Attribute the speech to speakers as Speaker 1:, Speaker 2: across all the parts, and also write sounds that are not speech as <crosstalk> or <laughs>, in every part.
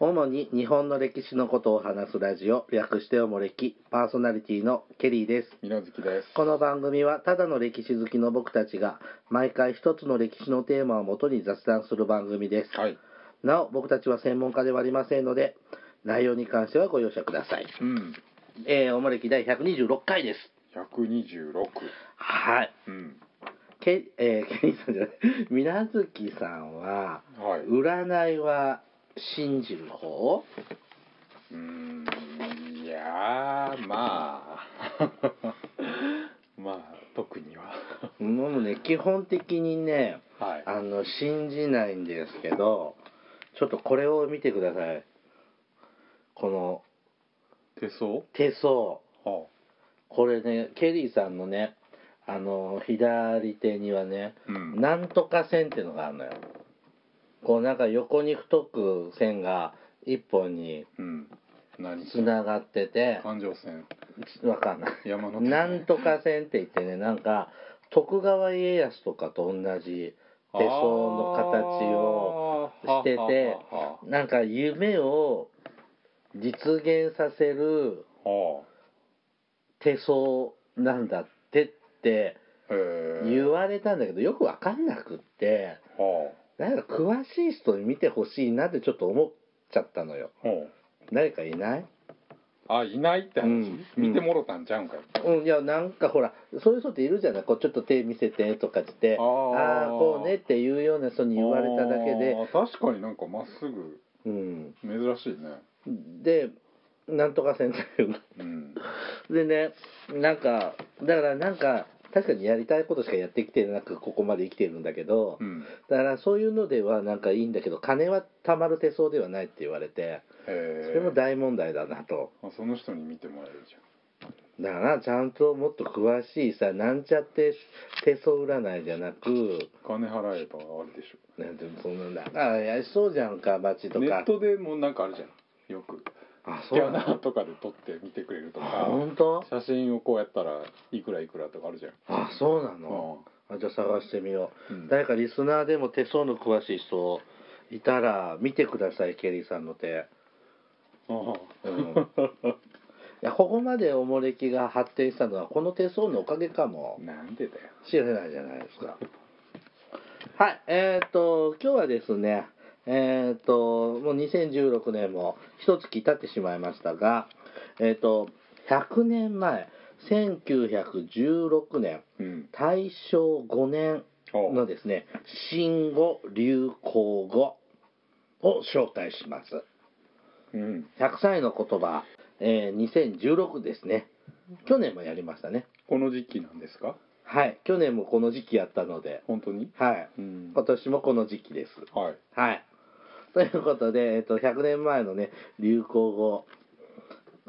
Speaker 1: 主に日本の歴史のことを話すラジオ略しておもれきパーソナリティのケリーです
Speaker 2: みなずきです。
Speaker 1: この番組はただの歴史好きの僕たちが毎回一つの歴史のテーマをもとに雑談する番組です
Speaker 2: はい。
Speaker 1: なお僕たちは専門家ではありませんので内容に関してはご容赦ください
Speaker 2: うん。
Speaker 1: えー、おもれき第126回です
Speaker 2: 百二十六。
Speaker 1: はい
Speaker 2: うん。
Speaker 1: け、えー、ケリーさんじゃない <laughs> みなずきさんは
Speaker 2: はい。う
Speaker 1: 占いは信じる方
Speaker 2: ーん。いやー、まあ。 <laughs> まあ、特には。
Speaker 1: もうね基本的にね
Speaker 2: はい。
Speaker 1: あの信じないんですけどちょっとこれを見てくださいこの
Speaker 2: 手相。
Speaker 1: 手相
Speaker 2: は
Speaker 1: これねケリーさんのねあの左手にはね
Speaker 2: あ。うん。
Speaker 1: なんとか線っていうのがあるのよこうなんか横に太く線が一本に
Speaker 2: うん。何
Speaker 1: つながってて
Speaker 2: 環状線。
Speaker 1: わかんない
Speaker 2: 山手線
Speaker 1: なんとか線って言ってねなんか徳川家康とかと同じ手相の形を
Speaker 2: あー
Speaker 1: してて
Speaker 2: はあは
Speaker 1: なんか夢を実現させる
Speaker 2: あはあ。は
Speaker 1: 手相なんだってって
Speaker 2: あ。ええ。
Speaker 1: 言われたんだけどよくわかんなくって
Speaker 2: は
Speaker 1: なんか詳しい人に見てほしいなってちょっと思っちゃったのよ
Speaker 2: あ。は
Speaker 1: 誰かいない
Speaker 2: あ。あ、いないって話。
Speaker 1: うん
Speaker 2: 見てもろたんちゃうんかい。
Speaker 1: うん、いやなんかほらそういう人っているじゃないこうちょっと手見せてとか言って
Speaker 2: あ
Speaker 1: あ
Speaker 2: ー
Speaker 1: あーこうねっていうような人に言われただけで
Speaker 2: あー確かになんかまっすぐ
Speaker 1: うん
Speaker 2: 珍しいね
Speaker 1: でなんとかせんというか
Speaker 2: うん
Speaker 1: <laughs> でねなんかだからなんか確かにやりたいことしかやってきてなくここまで生きてるんだけど、
Speaker 2: うん
Speaker 1: だからそういうのではなんかいいんだけど金は貯まる手相ではないって言われてそ
Speaker 2: へ
Speaker 1: れも大問題だなと
Speaker 2: あその人に見てもらえるじ
Speaker 1: だからちゃんともっと詳しいさなんちゃって手相占いじゃなく
Speaker 2: ゃん金払えばあれでし
Speaker 1: なんてそんななんか怪しそうじゃんか街
Speaker 2: ょ
Speaker 1: と
Speaker 2: ネ
Speaker 1: か
Speaker 2: ットでもなんかあるじゃんよく
Speaker 1: あ
Speaker 2: ス
Speaker 1: そう
Speaker 2: キ
Speaker 1: な
Speaker 2: ャ
Speaker 1: の
Speaker 2: ナーとかで撮って見てくれると
Speaker 1: あ
Speaker 2: か
Speaker 1: 本当
Speaker 2: 写真をこうやったらいくらいくらとかあるじゃん
Speaker 1: あそうなの
Speaker 2: あ
Speaker 1: あじゃあ探してみよう、
Speaker 2: うん
Speaker 1: 誰かリスナーでも手相の詳しい人いたら見てくださいケリーさんの手
Speaker 2: あ
Speaker 1: うんいやここまでおもれきが発展したのはこの手相のおかげかも
Speaker 2: <laughs> なんでだよ
Speaker 1: 知らないじゃないですかはいえっ、ー、と今日はですねえっ、ー、ともう2016年も一月経ってしまいましたがえっ、と100年前1916年
Speaker 2: うん
Speaker 1: 大正5年のですね新語・流行語を紹介します
Speaker 2: うん
Speaker 1: 100歳の言葉、えー2016ですね去年もやりましたね
Speaker 2: この時期なんですか
Speaker 1: はい去年もこの時期やったので
Speaker 2: 本当に
Speaker 1: はい
Speaker 2: うん
Speaker 1: 今年もこの時期です
Speaker 2: はい
Speaker 1: はい <laughs> ということで、えっと100年前のね流行語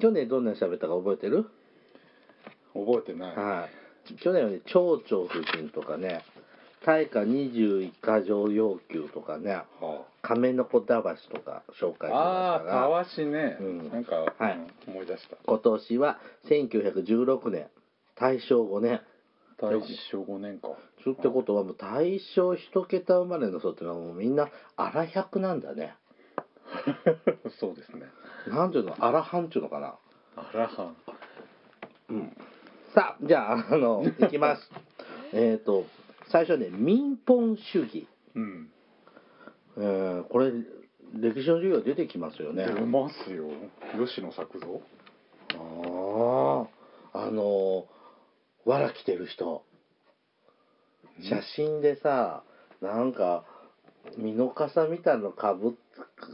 Speaker 1: 去年どんなに喋ったか覚えてる、
Speaker 2: 覚えてない
Speaker 1: はい去年はね蝶々夫人とかね大化21か条要求とかね
Speaker 2: は
Speaker 1: 亀の子だばしとか紹介しまし
Speaker 2: あ
Speaker 1: た
Speaker 2: あー
Speaker 1: が
Speaker 2: たわしね、
Speaker 1: うん
Speaker 2: なんか、
Speaker 1: はい
Speaker 2: うん思い出した
Speaker 1: 今年は1916年大正5年
Speaker 2: 大正5年か
Speaker 1: つってことはもう大正1桁生まれの人ってのはもうみんな荒百なんだね
Speaker 2: <laughs> そうですね
Speaker 1: なんていうの荒半っていうのかな
Speaker 2: あらはん
Speaker 1: うんさあじゃああ <laughs> のいきますえっと最初ね民本主義、
Speaker 2: うん
Speaker 1: えーこれ歴史の授業出てきますよね
Speaker 2: 出ますよ吉野作造
Speaker 1: あーあのわら着てる人写真でさなんか身の笠みたいのかぶっ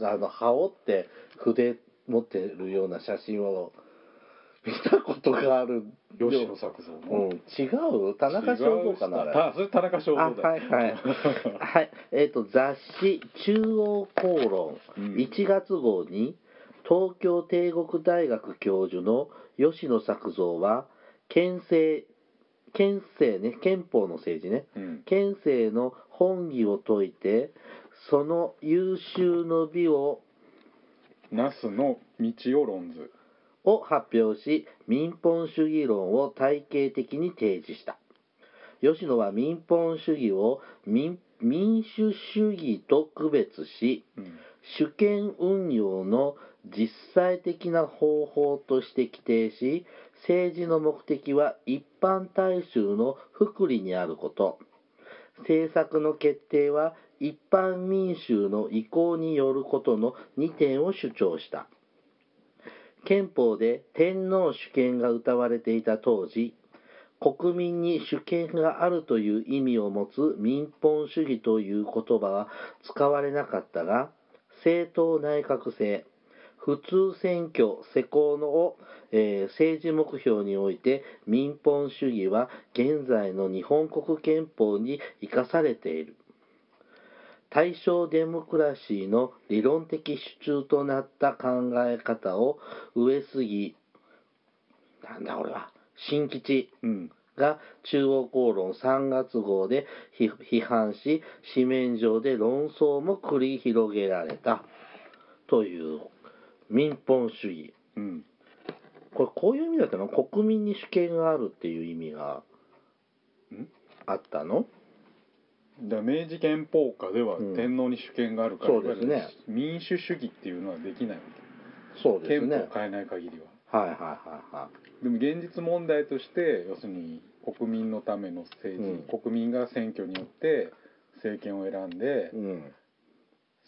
Speaker 1: あの羽織って筆持ってるような写真を見たことがある
Speaker 2: 吉野作造
Speaker 1: う
Speaker 2: の、
Speaker 1: ん、違う田中正造かなあ
Speaker 2: 違う
Speaker 1: れ
Speaker 2: 人あそれ田中正
Speaker 1: あ
Speaker 2: 造だ
Speaker 1: はいはい
Speaker 2: <laughs>
Speaker 1: はいえっ、と雑誌「中央公論」
Speaker 2: うん
Speaker 1: 1月号に東京帝国大学教授の吉野作造は憲政憲政ね憲法の政治ね
Speaker 2: うん
Speaker 1: 憲政の本義を説いてその優秀の美を
Speaker 2: 那須の道を論ず
Speaker 1: を発表し民本主義論を体系的に提示した吉野は民本主義を民民主主義と区別し
Speaker 2: うん
Speaker 1: 主権運用の実際的な方法として規定し政治の目的は一般大衆の福利にあること政策の決定は一般民衆の意向によることの2点を主張した憲法で天皇主権が謳われていた当時国民に主権があるという意味を持つ民本主義という言葉は使われなかったが政党内閣制普通選挙施行のを、えー政治目標において民本主義は現在の日本国憲法に生かされている大正デモクラシーの理論的主張となった考え方を上杉なんだ俺は新吉
Speaker 2: うん
Speaker 1: が中央公論3月号で批批判し紙面上で論争も繰り広げられたという民本主義
Speaker 2: うん
Speaker 1: これこういう意味だったの国民に主権があるっていう意味が
Speaker 2: ん
Speaker 1: あったの
Speaker 2: だから明治憲法下では
Speaker 1: うん
Speaker 2: 天皇に主権があるから、
Speaker 1: そうですね
Speaker 2: いわゆる民主主義っていうのはできないわ
Speaker 1: そう
Speaker 2: け、
Speaker 1: です
Speaker 2: 憲
Speaker 1: ね
Speaker 2: 法
Speaker 1: はい
Speaker 2: を変えない限りは
Speaker 1: はいはいはい
Speaker 2: でも現実問題として要するに国民のための政治、
Speaker 1: う
Speaker 2: 国民が選挙によって政権を選んで、
Speaker 1: うん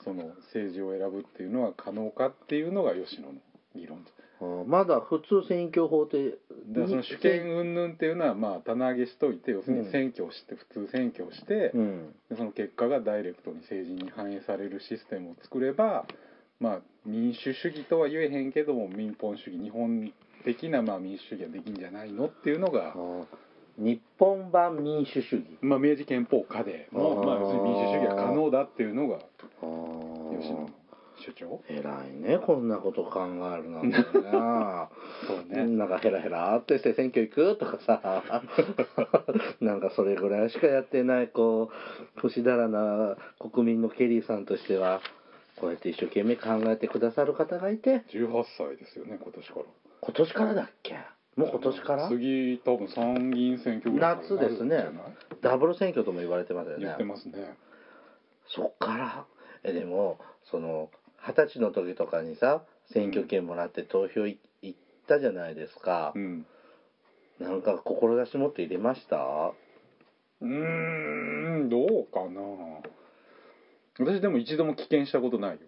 Speaker 2: その政治を選ぶっていうのは可能かっていうのが吉野の議論
Speaker 1: うんまだ普通選挙法って
Speaker 2: だからその主権云々っていうのはまあ棚上げしといて要するに選挙をして普通選挙をして
Speaker 1: うん
Speaker 2: でその結果がダイレクトに政治に反映されるシステムを作ればまあ民主主義とは言えへんけども民本主義日本的なまあ民主主義はできんじゃないのっていうの
Speaker 1: あ
Speaker 2: が
Speaker 1: ー日本版民主主義
Speaker 2: まあ明治憲法下でも
Speaker 1: あー
Speaker 2: まあ要するに民主主義は可能だっていうのが
Speaker 1: あー
Speaker 2: 吉野の主張
Speaker 1: 偉いねこんなこと考える <laughs> なんてな
Speaker 2: そう
Speaker 1: なんかヘラヘラってして選挙行くとかさ <laughs> なんかそれぐらいしかやってないこう不死だらな国民のケリーさんとしてはこうやって一生懸命考えてくださる方がいて
Speaker 2: 18歳ですよね今年から。
Speaker 1: 今年からだっけもう今年から
Speaker 2: 次多分参議院選挙ぐらい
Speaker 1: 夏ですねダブル選挙とも言われてますよね
Speaker 2: 言ってますね
Speaker 1: そっからえでもその二十歳の時とかにさ選挙権もらって投票い行ったじゃないですか、
Speaker 2: うん
Speaker 1: なんか志持って入れました
Speaker 2: うーんどうかな私でも一度も棄権したことないよ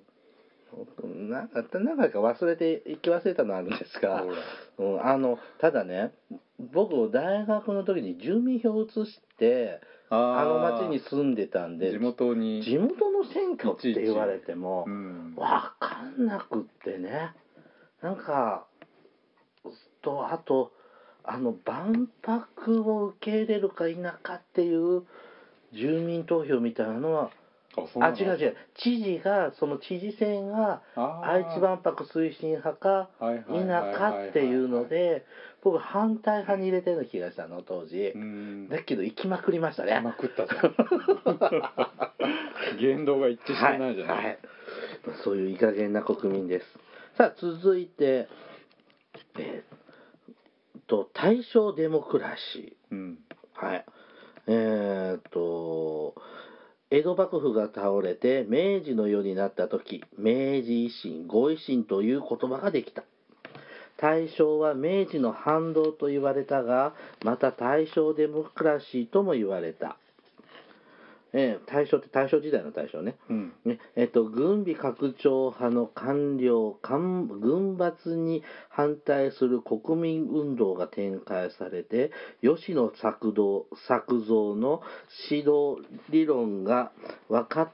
Speaker 1: なんか何回か忘れて行き忘れたのあるんですが、
Speaker 2: ほ
Speaker 1: う
Speaker 2: ら
Speaker 1: ん、あのただね僕大学の時に住民票を移してあの
Speaker 2: ー
Speaker 1: 町に住んでたんで
Speaker 2: 地元に
Speaker 1: 地元の選挙って言われても
Speaker 2: うん
Speaker 1: 分かんなくってねなんかとあとあの万博を受け入れるか否かっていう住民投票みたいなのは
Speaker 2: あそう
Speaker 1: あ
Speaker 2: なの
Speaker 1: 違う違う知事がその知事選が
Speaker 2: あー
Speaker 1: 愛知万博推進派か
Speaker 2: はい
Speaker 1: 否
Speaker 2: はいはいはい
Speaker 1: かっていうので僕反対派に入れてる気がしたの当時
Speaker 2: うん
Speaker 1: だけど行きまくりましたね
Speaker 2: まくったじ <laughs> ゃん言動が一致してないじゃない、
Speaker 1: はいはいそういういい加減な国民ですさあ続いてえーっと大正デモクラシー
Speaker 2: うん
Speaker 1: はい。えーっと、江戸幕府が倒れて明治の世になった時、明治維新、ご維新という言葉ができた。大正は明治の反動と言われたが、また大正デモクラシーとも言われた。えー大正って大正時代の大正ね。
Speaker 2: うん
Speaker 1: ねえっと、軍備拡張派の官僚官軍閥に反対する国民運動が展開されて吉野作動作造の指導理論が分か,、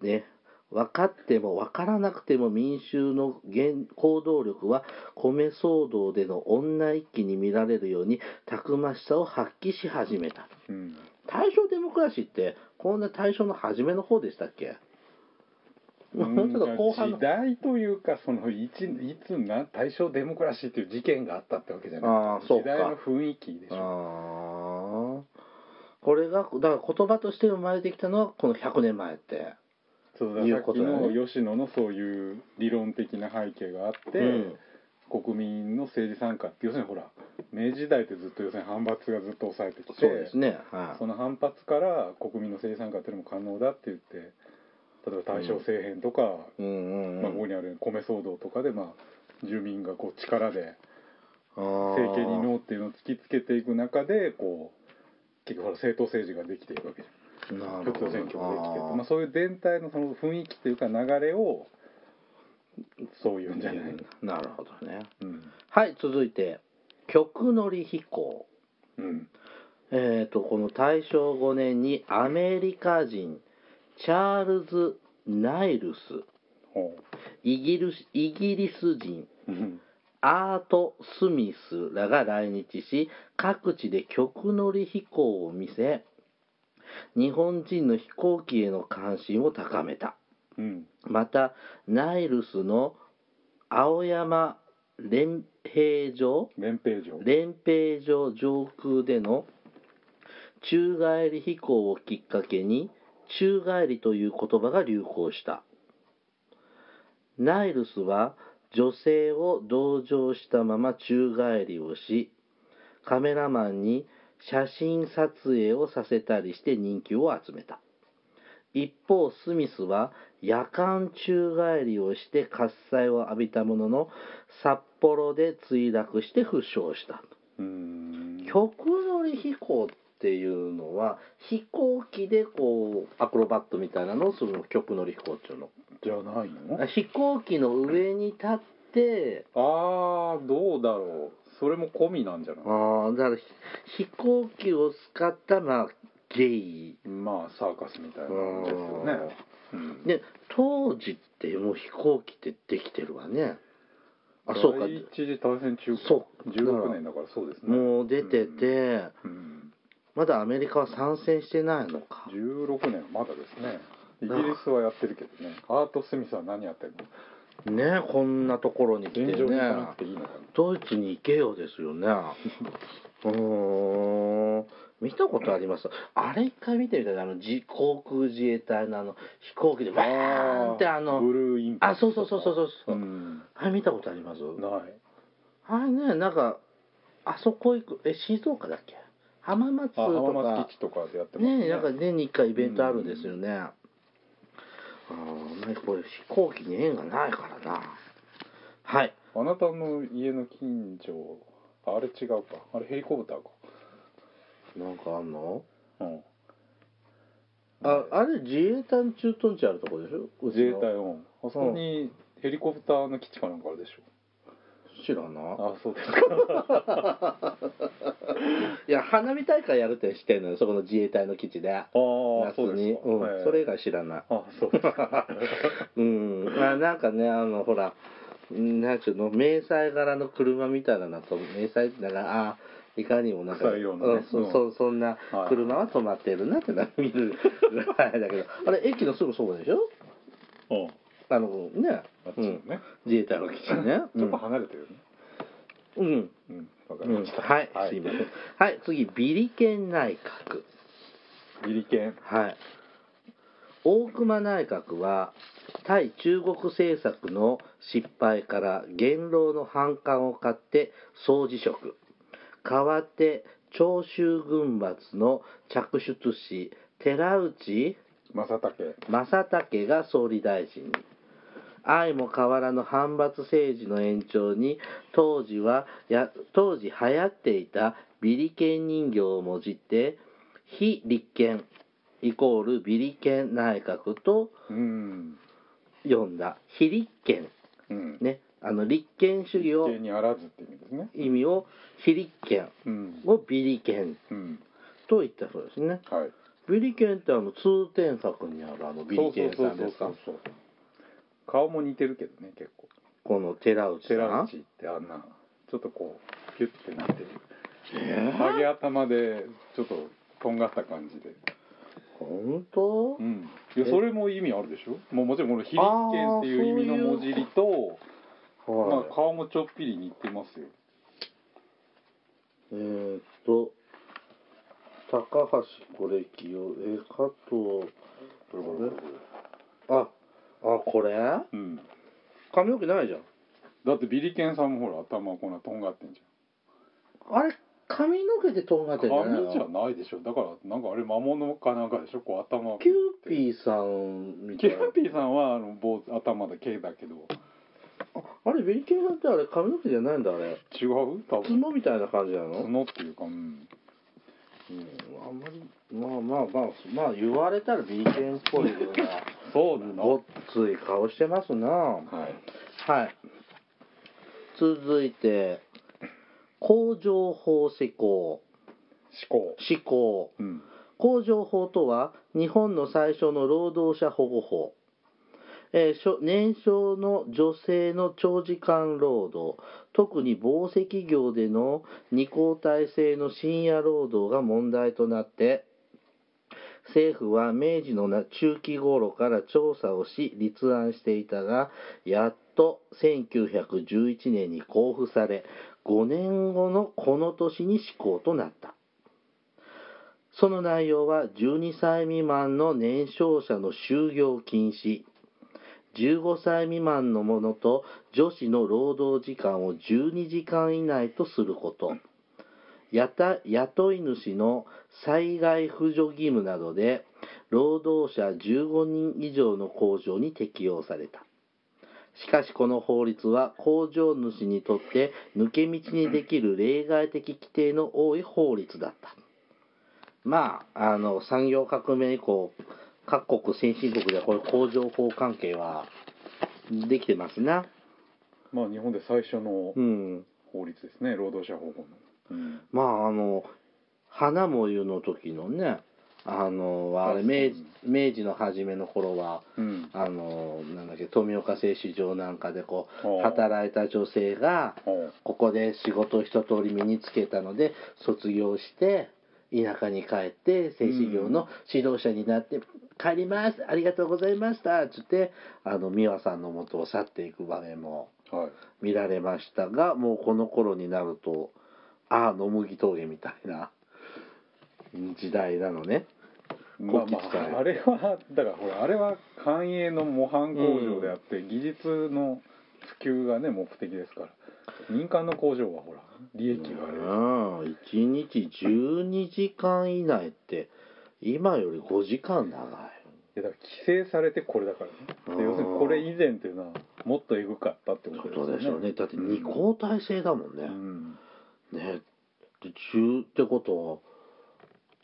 Speaker 1: ね、分かっても分からなくても民衆の言行動力は米騒動での女一揆に見られるようにたくましさを発揮し始めた
Speaker 2: うん
Speaker 1: 大正デモクラシーってこんな大正の初めの方でしたっけもうちょっと後半の
Speaker 2: 時代というかそのいちいつな大正デモクラシーっていう事件があったってわけじゃ
Speaker 1: あ
Speaker 2: な
Speaker 1: ー
Speaker 2: い
Speaker 1: そう
Speaker 2: 時
Speaker 1: か
Speaker 2: 代の雰囲気でし
Speaker 1: あー
Speaker 2: ょ
Speaker 1: これがだから言葉として生まれてきたのはこの100年前って
Speaker 2: そうだ
Speaker 1: いう
Speaker 2: さ
Speaker 1: こ
Speaker 2: っき
Speaker 1: とだね
Speaker 2: の吉野のそういう理論的な背景があって、
Speaker 1: うん
Speaker 2: 国民の政治参加って要するにほら明治時代ってずっと要するに反発がずっと抑えてきて
Speaker 1: そうですねは
Speaker 2: その反発から国民の政治参加っていうのも可能だって言って例えば大正政変とか、
Speaker 1: うんうんうん
Speaker 2: まあ、ここにある米騒動とかで、まあ、住民がこう力で
Speaker 1: あー
Speaker 2: 政権にノーっていうのを突きつけていく中でこう結局ほら政党政治ができていくわけじゃ
Speaker 1: なんるほ
Speaker 2: 共
Speaker 1: ど
Speaker 2: 通選挙ができてい
Speaker 1: あ
Speaker 2: く
Speaker 1: ー
Speaker 2: まあ、そういう全体のその雰囲気というか流れをそういうんじゃない、
Speaker 1: なるほどね
Speaker 2: うん
Speaker 1: はい続いて「曲乗り飛行
Speaker 2: うん」
Speaker 1: えー、とこの大正5年にアメリカ人チャールズ・ナイルス
Speaker 2: ほ
Speaker 1: イギリスイギリス人
Speaker 2: ううん
Speaker 1: アート・スミスらが来日し各地で曲乗り飛行を見せ日本人の飛行機への関心を高めた
Speaker 2: うん
Speaker 1: またナイルスの青山連平城
Speaker 2: 連平城
Speaker 1: 連平城上空での宙返り飛行をきっかけに宙返りという言葉が流行したナイルスは女性を同情したまま宙返りをしカメラマンに写真撮影をさせたりして人気を集めた一方スミスは夜間宙返りをして喝采を浴びたものの札幌で墜落して負傷した
Speaker 2: うん
Speaker 1: 曲乗り飛行っていうのは飛行機でこうアクロバットみたいなのをするの曲乗り飛行っていうの
Speaker 2: じゃないの
Speaker 1: 飛行機の上に立って
Speaker 2: あーどうだろうそれも込みなんじゃない
Speaker 1: ああだからひ飛行機を使ったまあゲイ
Speaker 2: まあサーカスみたいなもんですよねうん
Speaker 1: で当時ってもう飛行機ってできてるわねあ
Speaker 2: 第
Speaker 1: そうか
Speaker 2: 一次大戦中
Speaker 1: そ
Speaker 2: 16年だからそうですね
Speaker 1: もう出てて、
Speaker 2: うん
Speaker 1: まだアメリカは参戦してないのか
Speaker 2: 16年はまだですねイギリスはやってるけどねアート・スミスは何やってるの
Speaker 1: ねこんなところに来て
Speaker 2: 現状に
Speaker 1: ね
Speaker 2: 行かなくていいのかな
Speaker 1: ドイツに行けよですよ
Speaker 2: <laughs>
Speaker 1: ねうーん見たことありますあれ一回見てみたいなあの自航空自衛隊のあの飛行機でわーンってあの
Speaker 2: ブルーインパ
Speaker 1: あ
Speaker 2: クト
Speaker 1: そう
Speaker 2: とか
Speaker 1: そうそうそうそうそう、
Speaker 2: ん
Speaker 1: あれ見たことあります
Speaker 2: ない
Speaker 1: あれねなんかあそこ行くえ静岡だっけ浜松
Speaker 2: あ浜
Speaker 1: とか
Speaker 2: 松基地とかでやってます
Speaker 1: ねえなんか年に1回イベントあるんですよね、ああーなんかこれ飛行機に縁がないからなはい
Speaker 2: あなたの家の近所あれ違うかあれヘリコプターか
Speaker 1: なんかあんの
Speaker 2: うん
Speaker 1: ああれ自衛隊の駐屯地あるとこでしょうち
Speaker 2: 自
Speaker 1: の
Speaker 2: 衛隊をあそこにヘリコプターの基地かなんかあるでしょ
Speaker 1: 知らな
Speaker 2: あそうで
Speaker 1: <laughs>
Speaker 2: すか
Speaker 1: いや花火大会やるって知ってんのよそこの自衛隊の基地で
Speaker 2: ああ
Speaker 1: 夏
Speaker 2: そうで
Speaker 1: に
Speaker 2: すか、
Speaker 1: うん
Speaker 2: へえ
Speaker 1: それ以外知らない
Speaker 2: あそうですか
Speaker 1: <laughs> うんまあなんかねあのほらなんちゅうの迷彩柄の車みたいなのと迷彩だからあーいかにもなんか
Speaker 2: 臭いようなね
Speaker 1: うんそううんそうそんな
Speaker 2: はい
Speaker 1: 車は止まってるなってな見る <laughs> ぐらいだけどあれ駅のすぐそばでしょ
Speaker 2: うん
Speaker 1: あのね
Speaker 2: あっち
Speaker 1: う
Speaker 2: も
Speaker 1: ん、
Speaker 2: ね、
Speaker 1: 自衛隊の基地ね
Speaker 2: ちょっと離れてるよね
Speaker 1: うん
Speaker 2: うんわか
Speaker 1: う
Speaker 2: りま
Speaker 1: ん
Speaker 2: した、
Speaker 1: はい、すいません。はい、次、ビリケン内閣。
Speaker 2: ビリケン
Speaker 1: はい。大隈内閣は、対中国政策の失敗から元老の反感を買って総辞職。代わって、長州軍閥の着出師、寺内
Speaker 2: 正竹
Speaker 1: 正武が総理大臣に愛も変わらぬ反発政治の延長に当時はや当時流行っていたビリケン人形をもじって非立憲イコールビリケン内閣と
Speaker 2: うん
Speaker 1: 呼んだ非立憲
Speaker 2: うん
Speaker 1: ねあの立憲主義を
Speaker 2: 立憲にあらずって意味ですね
Speaker 1: 意味を非立憲
Speaker 2: うん
Speaker 1: をビリケン
Speaker 2: うん
Speaker 1: と言ったそうですね
Speaker 2: はい
Speaker 1: ビリケンってあの通天閣にあるあのビリケンさんです
Speaker 2: そ
Speaker 1: か
Speaker 2: うそうそうそう顔も似てるけどね結構
Speaker 1: この寺内さん
Speaker 2: 寺内ってあんなちょっとこうピュッてなってる
Speaker 1: えー
Speaker 2: ハゲ頭でちょっととんがった感じで、
Speaker 1: 本当
Speaker 2: う？ん、いや
Speaker 1: え
Speaker 2: それも意味あるでしょもうもちろんこの「非立憲」っていう意味の文字りとまあ
Speaker 1: はい。
Speaker 2: 顔もちょっぴり似てますよ
Speaker 1: えーっと高橋これ清えー加藤
Speaker 2: これこれこれこれ
Speaker 1: ああこれ？
Speaker 2: うん
Speaker 1: 髪の毛ないじゃん。
Speaker 2: だってビリケンさんもほら頭こんなとんがってんじ
Speaker 1: あれ髪の毛でとんがってんじゃない
Speaker 2: 紙じゃ
Speaker 1: の
Speaker 2: ないでしょだからなんかあれ魔物かなんかでしょこう頭
Speaker 1: キューピーさんみた
Speaker 2: キ
Speaker 1: いな
Speaker 2: ューピーさんはあの坊主頭だけだけど
Speaker 1: ああれベリケンさんってあれ髪の毛じゃないんだあれ
Speaker 2: 違う多分
Speaker 1: 角みたいな感じなの
Speaker 2: 角っていうかうん
Speaker 1: うん、あんまりまあまあまあまあ言われたら B 犬っぽいような
Speaker 2: そうなの
Speaker 1: ごっつい顔してますなは
Speaker 2: はい
Speaker 1: い続いて工場法施行
Speaker 2: 思考
Speaker 1: 施行
Speaker 2: うん
Speaker 1: 工場法とは日本の最初の労働者保護法、えーしょ年少の女性の長時間労働特に紡績業での二交代制の深夜労働が問題となって政府は明治のな中期頃から調査をし立案していたがやっと1911年に交付され5年後のこの年に施行となったその内容は12歳未満の年少者の就業禁止15歳未満のものと女子の労働時間を12時間以内とすることやた雇い主の災害扶助義務などで労働者15人以上の工場に適用されたしかしこの法律は工場主にとって抜け道にできる例外的規定の多い法律だったまあ、あの、産業革命以降、各国先進国ではこれ工場法関係はできてますな。
Speaker 2: まあ日本で最初の
Speaker 1: うん。
Speaker 2: 法律ですね労働者保護の、うん、
Speaker 1: まあ、あの、花も湯の時のね、あの、あれ、明治、明治の初めの頃は、
Speaker 2: うん
Speaker 1: あの、なんだっけ、富岡製糸場なんかでこ
Speaker 2: あ
Speaker 1: う、
Speaker 2: あ
Speaker 1: 働いた女性が、
Speaker 2: は
Speaker 1: ここで仕事を一通り身につけたので卒業して田舎に帰って製糸業の指導者になって、帰りますありがとうございましたっつってあの美和さんの元を去っていく場面も
Speaker 2: あはい
Speaker 1: 見られましたがもうこの頃になるとああ野麦峠みたいな時代なのね。
Speaker 2: まあま
Speaker 1: 国旗使え
Speaker 2: ああれはだからほらあれは繁栄の模範工場であって、技術の普及がね目的ですから民間の工場はほら利益があれ、
Speaker 1: うん1日12時間以内って今より5時間長い。
Speaker 2: いやだから規制されてこれだからねで
Speaker 1: うん
Speaker 2: 要するにこれ以前っていうのはもっとエグかったってことです
Speaker 1: そ
Speaker 2: よ
Speaker 1: う
Speaker 2: ね
Speaker 1: でしょうね。だって二交代制だもん
Speaker 2: う
Speaker 1: ね。
Speaker 2: ん
Speaker 1: ね。で中ってこと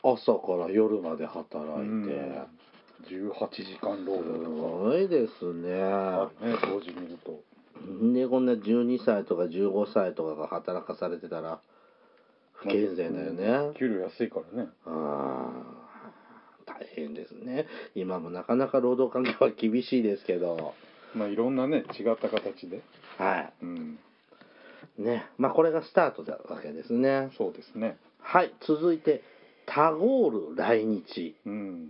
Speaker 1: は朝から夜まで働
Speaker 2: う
Speaker 1: い
Speaker 2: ん
Speaker 1: て、
Speaker 2: 18時間労働
Speaker 1: す
Speaker 2: と
Speaker 1: ごいですね。
Speaker 2: かあるね当時見ると
Speaker 1: でこんな12歳とか15歳とかが働かされてたら不健全だよ
Speaker 2: うん
Speaker 1: ね。
Speaker 2: 給料安いからね
Speaker 1: あー大変ですね。今もなかなか労働環境は厳しいですけど、
Speaker 2: まあいろんなね違った形で
Speaker 1: は
Speaker 2: うん
Speaker 1: い。ね。まあこれがスタートだわけですね。
Speaker 2: そうですね
Speaker 1: はい、続いて、タゴール来日。
Speaker 2: うん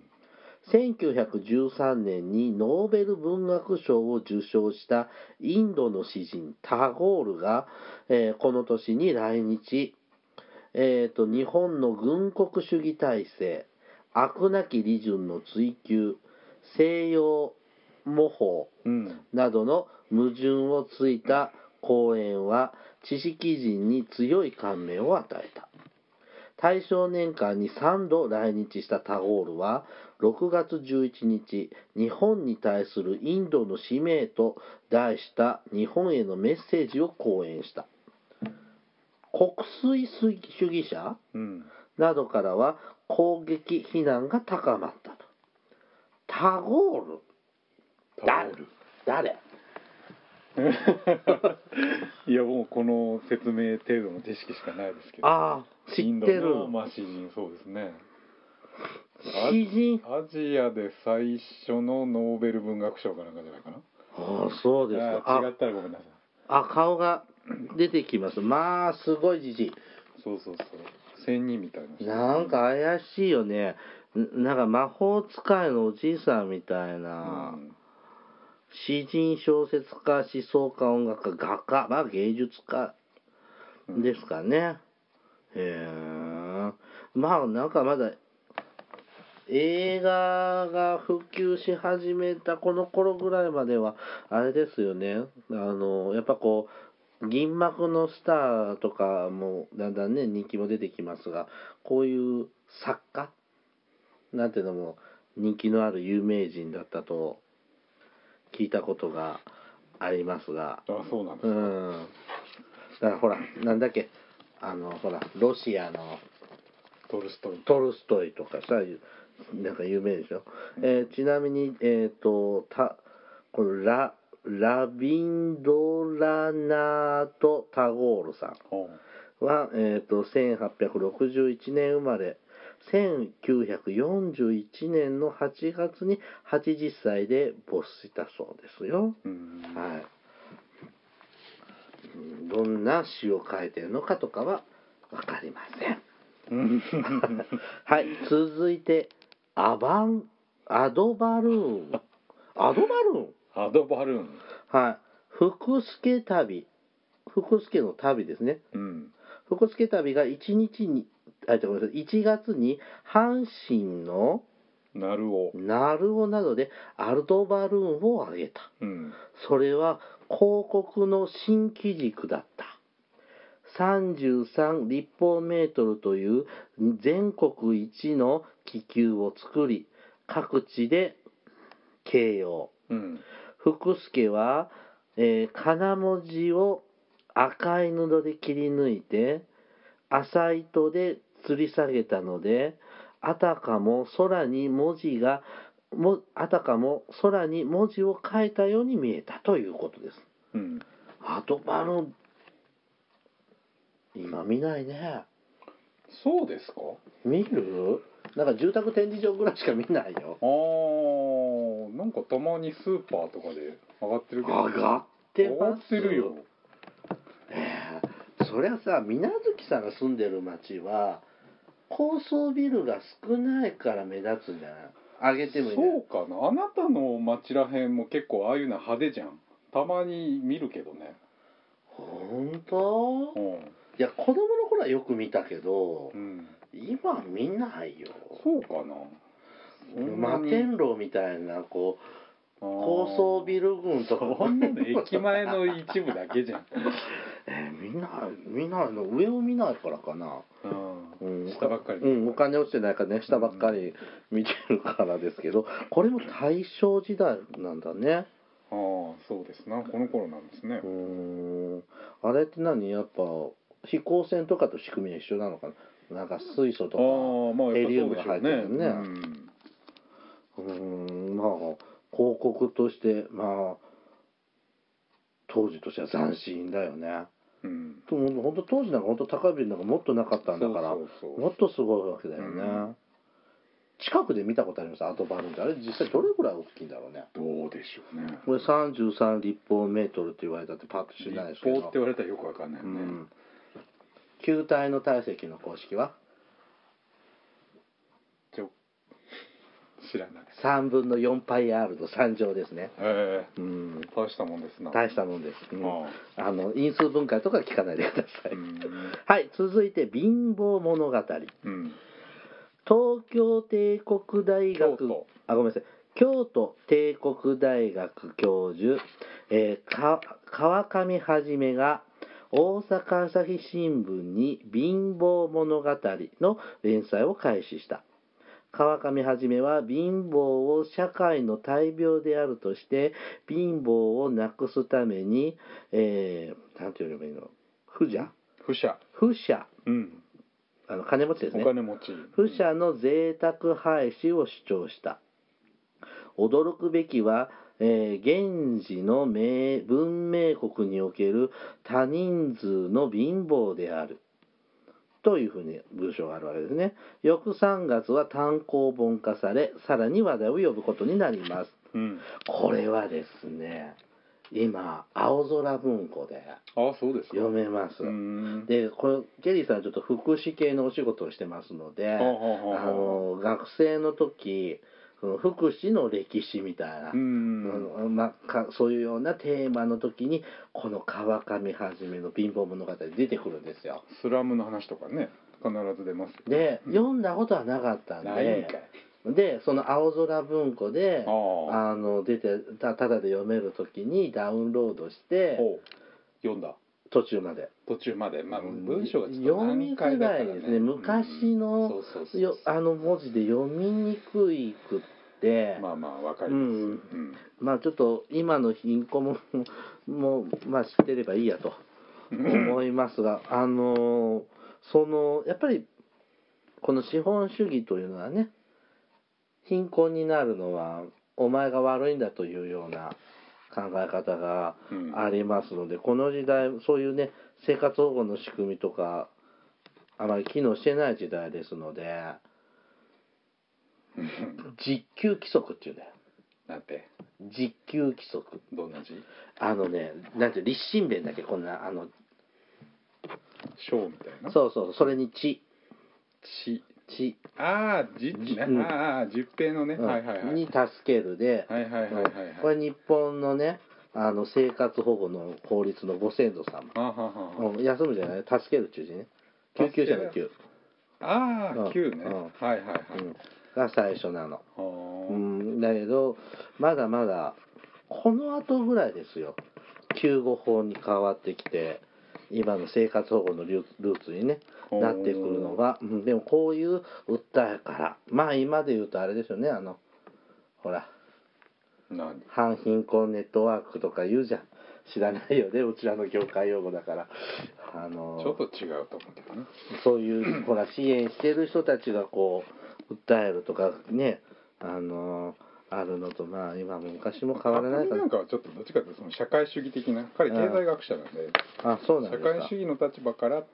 Speaker 1: 1913年にノーベル文学賞を受賞したインドの詩人タゴールが、えーこの年に来日、えーと日本の軍国主義体制悪なき利潤の追求西洋模倣
Speaker 2: うん
Speaker 1: などの矛盾をついた講演は知識人に強い感銘を与えた大正年間に3度来日したタゴールは6月11日日本に対するインドの使命と題した日本へのメッセージを講演した国粋主義者
Speaker 2: うん
Speaker 1: などからは攻撃非難が高まったとタゴール
Speaker 2: タオル
Speaker 1: 誰
Speaker 2: <laughs> いやもうこの説明程度の知識しかないですけど
Speaker 1: ああ知
Speaker 2: イン
Speaker 1: っ
Speaker 2: ド
Speaker 1: てる
Speaker 2: のまあ詩人そうですねあ
Speaker 1: 詩人
Speaker 2: アジアで最初のノーベル文学賞かなんかじゃないかな
Speaker 1: ああそうですか
Speaker 2: あー
Speaker 1: あ
Speaker 2: 違ったらごめんなさい
Speaker 1: あ顔が出てきますまあすごいじじ
Speaker 2: そうそうそう仙人みたいな人
Speaker 1: いなんか怪しいよねんなんか魔法使いのおじいさんみたいうな、
Speaker 2: ん
Speaker 1: 詩人小説家思想家音楽家画家まあ芸術家
Speaker 2: うん
Speaker 1: ですかね、へえまあなんかまだ映画が普及し始めたこの頃ぐらいまではあれですよねあのやっぱこ銀幕のスターとかもだんだんね人気も出てきますがこういう作家なんていうのも人気のある有名人だったと聞いたことがありますが
Speaker 2: あそうなんです
Speaker 1: う
Speaker 2: か、
Speaker 1: んだからほらなんだっけあのほらロシアの
Speaker 2: トルストイ
Speaker 1: トルストイとかさなんか有名でしょ、えーちなみにえっ、とたこのララビンドラナート・タゴールさん
Speaker 2: ほ
Speaker 1: は、えー、と1861年生まれ1941年の8月に80歳で没したそうですよ。
Speaker 2: ううん
Speaker 1: はいうんどんな詩を書いてるのかとかは分かりません。
Speaker 2: うん
Speaker 1: はい、続いて、アバン、アドバルーン。アドバルーン
Speaker 2: アドバルーン
Speaker 1: はい。福助旅。福助の旅ですね。
Speaker 2: うん
Speaker 1: 福助旅が1日に、あ、ごめんなさい、1月に阪神の
Speaker 2: なるお
Speaker 1: 鳴尾などでアドバルーンをあげた。
Speaker 2: うん
Speaker 1: それは広告の新基軸だった。33立方メートルという全国一の気球を作り、各地で掲揚。
Speaker 2: うん
Speaker 1: 福助は、えー金文字を赤い布で切り抜いて浅い糸で吊り下げたのであたかも空に文字がもあたかも空に文字を書いたように見えたということです。
Speaker 2: うん
Speaker 1: アドバルーン今見ないね
Speaker 2: そうですか
Speaker 1: 見るなんか住宅展示場ぐらいしか見ないよ
Speaker 2: あーなんかたまにスーパーとかで上がってるけど
Speaker 1: 上がってます
Speaker 2: 上がってるよ
Speaker 1: ええそりゃさ水無月さんが住んでる町は高層ビルが少ないから目立つんじゃない上げてもいいね
Speaker 2: そうかなあなたの町らへんも結構ああいうの派手じゃんたまに見るけどね
Speaker 1: 本当
Speaker 2: う
Speaker 1: いや子供の頃はよく見たけど
Speaker 2: ん、うん、
Speaker 1: 今見ないよ
Speaker 2: そうかな
Speaker 1: 摩天楼みたいなこう高
Speaker 2: 高
Speaker 1: 層ビル群とか
Speaker 2: そんなの駅前の一部だけじゃん、
Speaker 1: えー <laughs> 見ない見ないの上を見ないからかな、
Speaker 2: う、
Speaker 1: うんん、
Speaker 2: 下ばっかり、
Speaker 1: うん、お金落ちてないからね下ばっかり見てるからですけどこれも大正時代なんだね
Speaker 2: ああそうですなこの頃なんですね
Speaker 1: うーんあれって何やっぱ飛行船とかと仕組みは一緒なのかななんか水素
Speaker 2: あ
Speaker 1: とか
Speaker 2: あまあやっぱそうでしょうね
Speaker 1: ヘリウムが入って
Speaker 2: うん
Speaker 1: うーんまあ広告としてまあ当時としては斬新だよね
Speaker 2: うん、
Speaker 1: でも本当当時なんか本当高いビルなんかもっとなかったんだから
Speaker 2: そうそうそう
Speaker 1: もっとすごいわけだよね、
Speaker 2: うん
Speaker 1: 近くで見たことありますアートバルーンってあれ実際どれぐらい大きいんだろうね
Speaker 2: どうでしょうね
Speaker 1: これ33立方メートルって言われたってパッと知らないで
Speaker 2: 立
Speaker 1: すけど
Speaker 2: 法って言われたらよくわかんないよ
Speaker 1: う
Speaker 2: ね、
Speaker 1: ん、球体の体積の公式は
Speaker 2: ちょ知らない
Speaker 1: 3分の4パイ R の3乗ですね
Speaker 2: え
Speaker 1: う
Speaker 2: え
Speaker 1: ん
Speaker 2: 大したもんですな
Speaker 1: 大したもんです、うん
Speaker 2: あ
Speaker 1: あの因数分解とか聞かないでください、
Speaker 2: うん
Speaker 1: はい続いて「貧乏物語」
Speaker 2: うん
Speaker 1: 東京帝国大
Speaker 2: 京
Speaker 1: 学
Speaker 2: 都
Speaker 1: あごめんなさい京都帝国大学教授、えーか川上はじめが大阪朝日新聞に「貧乏物語」の連載を開始した川上はじめは貧乏を社会の大病であるとして貧乏をなくすためにえー、なんて言えばいいの不邪
Speaker 2: 不社
Speaker 1: 不社
Speaker 2: うん
Speaker 1: あの金持ちですね
Speaker 2: お金持ち
Speaker 1: 不社の贅沢廃止を主張した驚くべきは、えー現時の名文明国における多人数の貧乏であるというふうに文章があるわけですね翌3月は単行本化されさらに話題を呼ぶことになります
Speaker 2: うん
Speaker 1: これはですね今青空文庫で
Speaker 2: ああそうですか
Speaker 1: 読めます、
Speaker 2: うん
Speaker 1: でこのケリーさんちょっと福祉系のお仕事をしてますので、
Speaker 2: ほうほうほう
Speaker 1: あ
Speaker 2: ほ
Speaker 1: の学生の時その福祉の歴史みたいな、
Speaker 2: うん
Speaker 1: うんまあ、かそういうようなテーマの時にこの川上はじめの貧乏物語出てくるんですよ
Speaker 2: スラムの話とかね必ず出ます
Speaker 1: で読んだことはなかったん
Speaker 2: ないん
Speaker 1: で
Speaker 2: かい
Speaker 1: でその青空文庫で
Speaker 2: ああ
Speaker 1: あの出てたただで読める時にダウンロードして
Speaker 2: ほう読んだ
Speaker 1: 途中まで
Speaker 2: 途中まで、まあ、
Speaker 1: うん
Speaker 2: 文章がちょっと
Speaker 1: 読み
Speaker 2: 難
Speaker 1: づ
Speaker 2: 解だからら
Speaker 1: い
Speaker 2: ね
Speaker 1: ですね昔
Speaker 2: うん
Speaker 1: の
Speaker 2: そうそうそう
Speaker 1: よあの文字で読みにくいくって
Speaker 2: まあまあわかり
Speaker 1: う
Speaker 2: ます、
Speaker 1: ん
Speaker 2: うん
Speaker 1: まあちょっと今の貧困ももう、まあ、知ってればいいやと思いますが、あのーそのやっぱりこの資本主義というのはね貧困になるのはお前が悪いんだというような考え方が
Speaker 2: うん
Speaker 1: ありますので、この時代そういうね生活保護の仕組みとかあまり機能してない時代ですので実給規則っていうんだよ
Speaker 2: なんて
Speaker 1: 実給規則
Speaker 2: どんな字
Speaker 1: あのねなんていう立身弁だっけこんなあの
Speaker 2: 章みたいな
Speaker 1: そうそうそれに「ち」
Speaker 2: ち
Speaker 1: 「ち」
Speaker 2: ああじ
Speaker 1: じ
Speaker 2: ね、
Speaker 1: うん
Speaker 2: ああ十平のね、
Speaker 1: うん
Speaker 2: はいはいはい
Speaker 1: に「助けるで」
Speaker 2: はいはいはいはいはい
Speaker 1: これ日本のねあの生活保護の法律のご先祖様、
Speaker 2: あははは
Speaker 1: うん、休むじゃない助けるっちゅう字ね救急車の
Speaker 2: 助け
Speaker 1: 救、
Speaker 2: あ
Speaker 1: う
Speaker 2: あ
Speaker 1: ん
Speaker 2: 九ね、
Speaker 1: うん
Speaker 2: はいはいは
Speaker 1: うん、が最初なの、う
Speaker 2: い、
Speaker 1: ん、だけどまだまだこの後ぐらいですよ救護法に変わってきて今の生活保護のルールーツにねなってくるの
Speaker 2: が
Speaker 1: が、うん、でもこういう訴えからまあ今で言うとあれですよねあのほら
Speaker 2: 何
Speaker 1: 反貧困ネットワークとか言うじゃん知らないよねうちらの業界用語だからあの
Speaker 2: ちょっと違うと思うけどね
Speaker 1: そういうほら支援してる人たちがこう訴えるとかねあのあるのとまあ今も昔も変わらないか
Speaker 2: 匠
Speaker 1: ら
Speaker 2: なんかはちょっとどっちかというとその社会主義的な彼経済学者なんで
Speaker 1: あそうなんで
Speaker 2: 社
Speaker 1: すか
Speaker 2: 会主義の立場からとか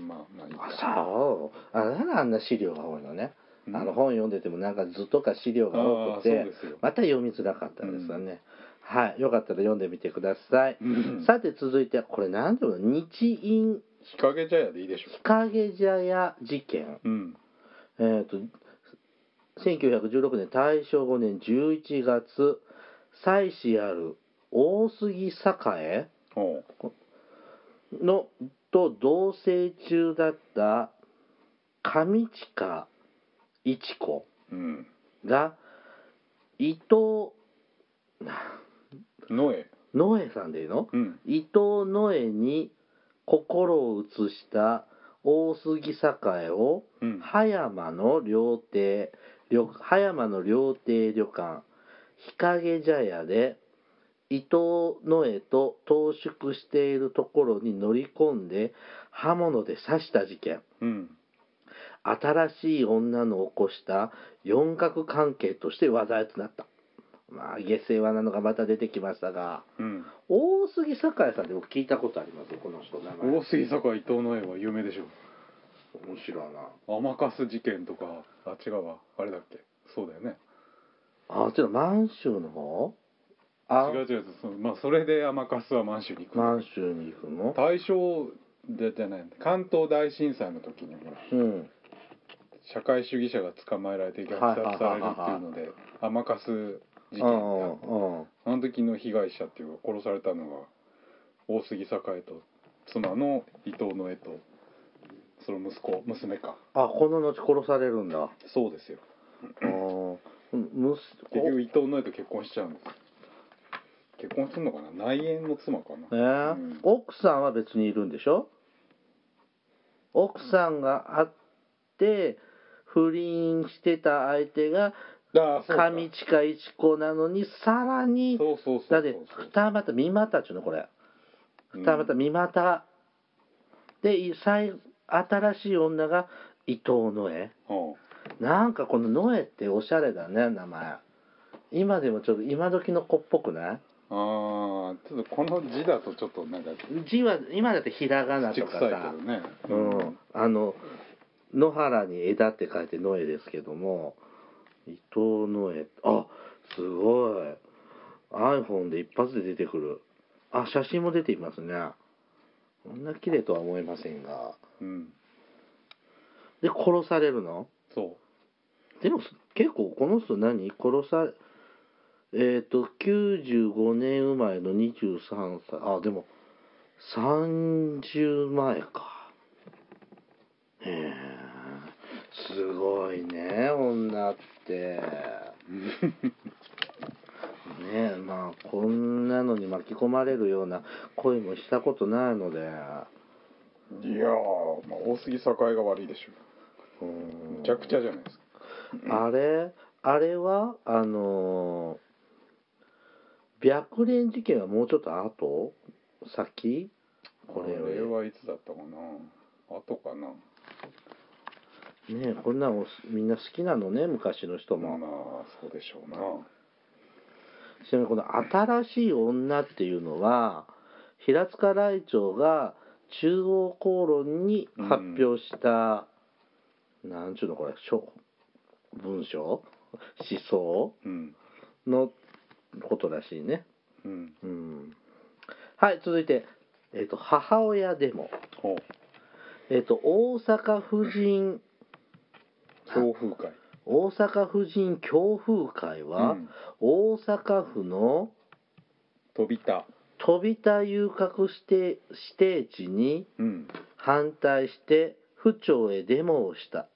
Speaker 2: まあまあいい
Speaker 1: あ
Speaker 2: か
Speaker 1: そうあだからあんな資料が多いのね、
Speaker 2: うん
Speaker 1: あの本読んでてもなんか図とか資料が多く
Speaker 2: あー
Speaker 1: て
Speaker 2: そうですよ
Speaker 1: また読みづらかったですよね、はいよかったら読んでみてください、
Speaker 2: うん
Speaker 1: さて続いてこれ何ていうの日印
Speaker 2: 日陰茶屋でいいでしょ
Speaker 1: 日陰茶屋事件
Speaker 2: うん
Speaker 1: えっ、と1916年大正5年11月妻子ある大杉栄
Speaker 2: おう
Speaker 1: のと同棲中だった上近一子
Speaker 2: うん
Speaker 1: が伊藤な
Speaker 2: ノエ
Speaker 1: 野江さんでいいの、
Speaker 2: うん
Speaker 1: 伊藤野江に心を移した大杉栄を
Speaker 2: うん
Speaker 1: 葉山の料亭旅葉山の料亭旅館日陰茶屋で伊藤野江と投宿しているところに乗り込んで刃物で刺した事件
Speaker 2: うん
Speaker 1: 新しい女の起こした四角関係として話題となったまあ下世話なのがまた出てきましたが
Speaker 2: うん
Speaker 1: 大杉栄さんでも聞いたことありますこの人名前
Speaker 2: 大杉栄伊藤ノエは有名でしょ
Speaker 1: 面白いな
Speaker 2: 甘春事件とかあ違うわあれだっけそうだよね
Speaker 1: あっちの満州の方あ
Speaker 2: 違う違うそのまあそれで甘春は満州に行く
Speaker 1: 満州に行くの
Speaker 2: 大正でじゃない関東大震災の時にほら
Speaker 1: うん
Speaker 2: 社会主義者が捕まえられて虐殺されるっていうので甘春事
Speaker 1: う
Speaker 2: 件ってあ
Speaker 1: ん
Speaker 2: って
Speaker 1: うんうん
Speaker 2: あの時の被害者っていうか殺されたのが大杉栄と妻の伊藤の絵とその息子娘か
Speaker 1: あこの後殺されるんだ
Speaker 2: そうですよ
Speaker 1: うんむす
Speaker 2: 結局伊藤の絵と結婚しちゃうんです結婚するのかな内縁の妻か
Speaker 1: ねえ、
Speaker 2: な、うん
Speaker 1: 奥さんは別にいるんでしょ奥さんがあって不倫してた相手が
Speaker 2: ああそうか
Speaker 1: 上近一子なのにさらに
Speaker 2: そうそうそうそう
Speaker 1: だって二股三股っちゅうのこれ
Speaker 2: うん
Speaker 1: 二股三股でい最新しい女が伊藤の絵
Speaker 2: うん
Speaker 1: なんかこのノエっておしゃれだね名前今でもちょっと今時の子っぽくない
Speaker 2: ああちょっとこの字だとちょっとなんか
Speaker 1: 字は今だってひらがな
Speaker 2: 口
Speaker 1: と
Speaker 2: 臭
Speaker 1: か
Speaker 2: いけ
Speaker 1: さ
Speaker 2: ど、ね
Speaker 1: うん、あの野原に枝って書いて野枝ですけども伊藤野枝あすごい iPhone で一発で出てくるあ写真も出ていますねこんな綺麗とは思いませんが
Speaker 2: うん
Speaker 1: で殺されるの
Speaker 2: そ
Speaker 1: でも結構この人何殺されえっ、と95年生まれの23歳あでも30前かへえすごいね女って
Speaker 2: う
Speaker 1: ねえまあこんなのに巻き込まれるような恋もしたことないので
Speaker 2: <laughs> いやー、まあ、大杉栄が悪いでし
Speaker 1: う
Speaker 2: ょ
Speaker 1: ん
Speaker 2: むちゃくちゃじゃないですか
Speaker 1: あれあれはあのー白蓮事件はもうちょっと後先これ
Speaker 2: あ
Speaker 1: より
Speaker 2: れはいつだったかな後かな
Speaker 1: ねえこんなのみんな好きなのね昔の人
Speaker 2: まあ
Speaker 1: も、
Speaker 2: そうでしょうな
Speaker 1: ちなみにこの「新しい女」っていうのは平塚来長が中央公論に発表した、なんちゅうのこれ書文章思想
Speaker 2: うん
Speaker 1: のことらしいね
Speaker 2: うん
Speaker 1: うんはい続いて、えっと母親でも、
Speaker 2: ほう
Speaker 1: えっと大阪婦人
Speaker 2: 強風会
Speaker 1: 大阪婦人強風会は、
Speaker 2: うん
Speaker 1: 大阪府の
Speaker 2: 飛びた
Speaker 1: 飛田遊郭指定指定地に
Speaker 2: うん
Speaker 1: 反対して府庁へデモをした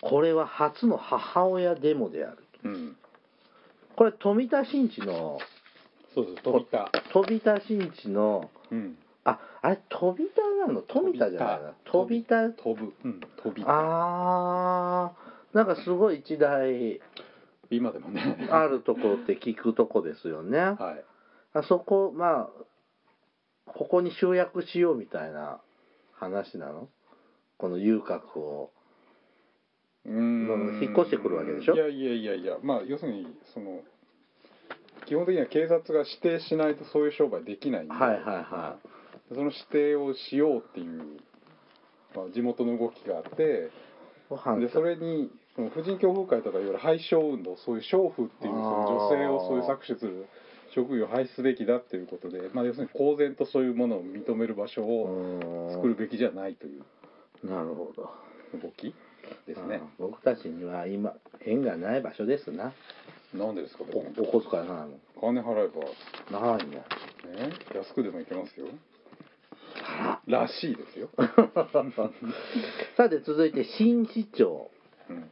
Speaker 1: これは初の母親デモである
Speaker 2: うん
Speaker 1: これ富田新地の
Speaker 2: そうそう飛びた
Speaker 1: 飛田新地の
Speaker 2: うん
Speaker 1: ああれ飛田なの富田じゃないな飛田
Speaker 2: 飛ぶうん飛びた
Speaker 1: あーなんかすごい一大
Speaker 2: 今でもね
Speaker 1: あるところって聞くとこですよね
Speaker 2: <laughs> はい
Speaker 1: あそこまあここに集約しようみたいな話なのこの遊郭を
Speaker 2: うーん
Speaker 1: まあ引っ越してくるわけでしょ
Speaker 2: いやいやいやいやまあ要するにその基本的には警察が指定しないとそういう商売できないんで、
Speaker 1: はいはいは
Speaker 2: その指定をしようっていう、まあ、地元の動きがあって
Speaker 1: いご飯
Speaker 2: でそれにその婦人共風会とかいわゆる廃娼運動そういう娼婦っていうその
Speaker 1: あー
Speaker 2: 女性をそういう搾取する職業を廃止すべきだっていうことで、まあ、要するに公然とそういうものを認める場所を作
Speaker 1: 作
Speaker 2: るべきじゃないという
Speaker 1: なるほど
Speaker 2: 動きですね
Speaker 1: うん。僕たちには今縁がない場所ですな
Speaker 2: なんでですか
Speaker 1: お
Speaker 2: これ
Speaker 1: お小遣いないもん
Speaker 2: 金払えば
Speaker 1: ない
Speaker 2: <laughs>
Speaker 1: もん
Speaker 2: ね、安くでもいけますよ。
Speaker 1: あ
Speaker 2: らしいですよ。
Speaker 1: らさて続いて新市長、
Speaker 2: うん、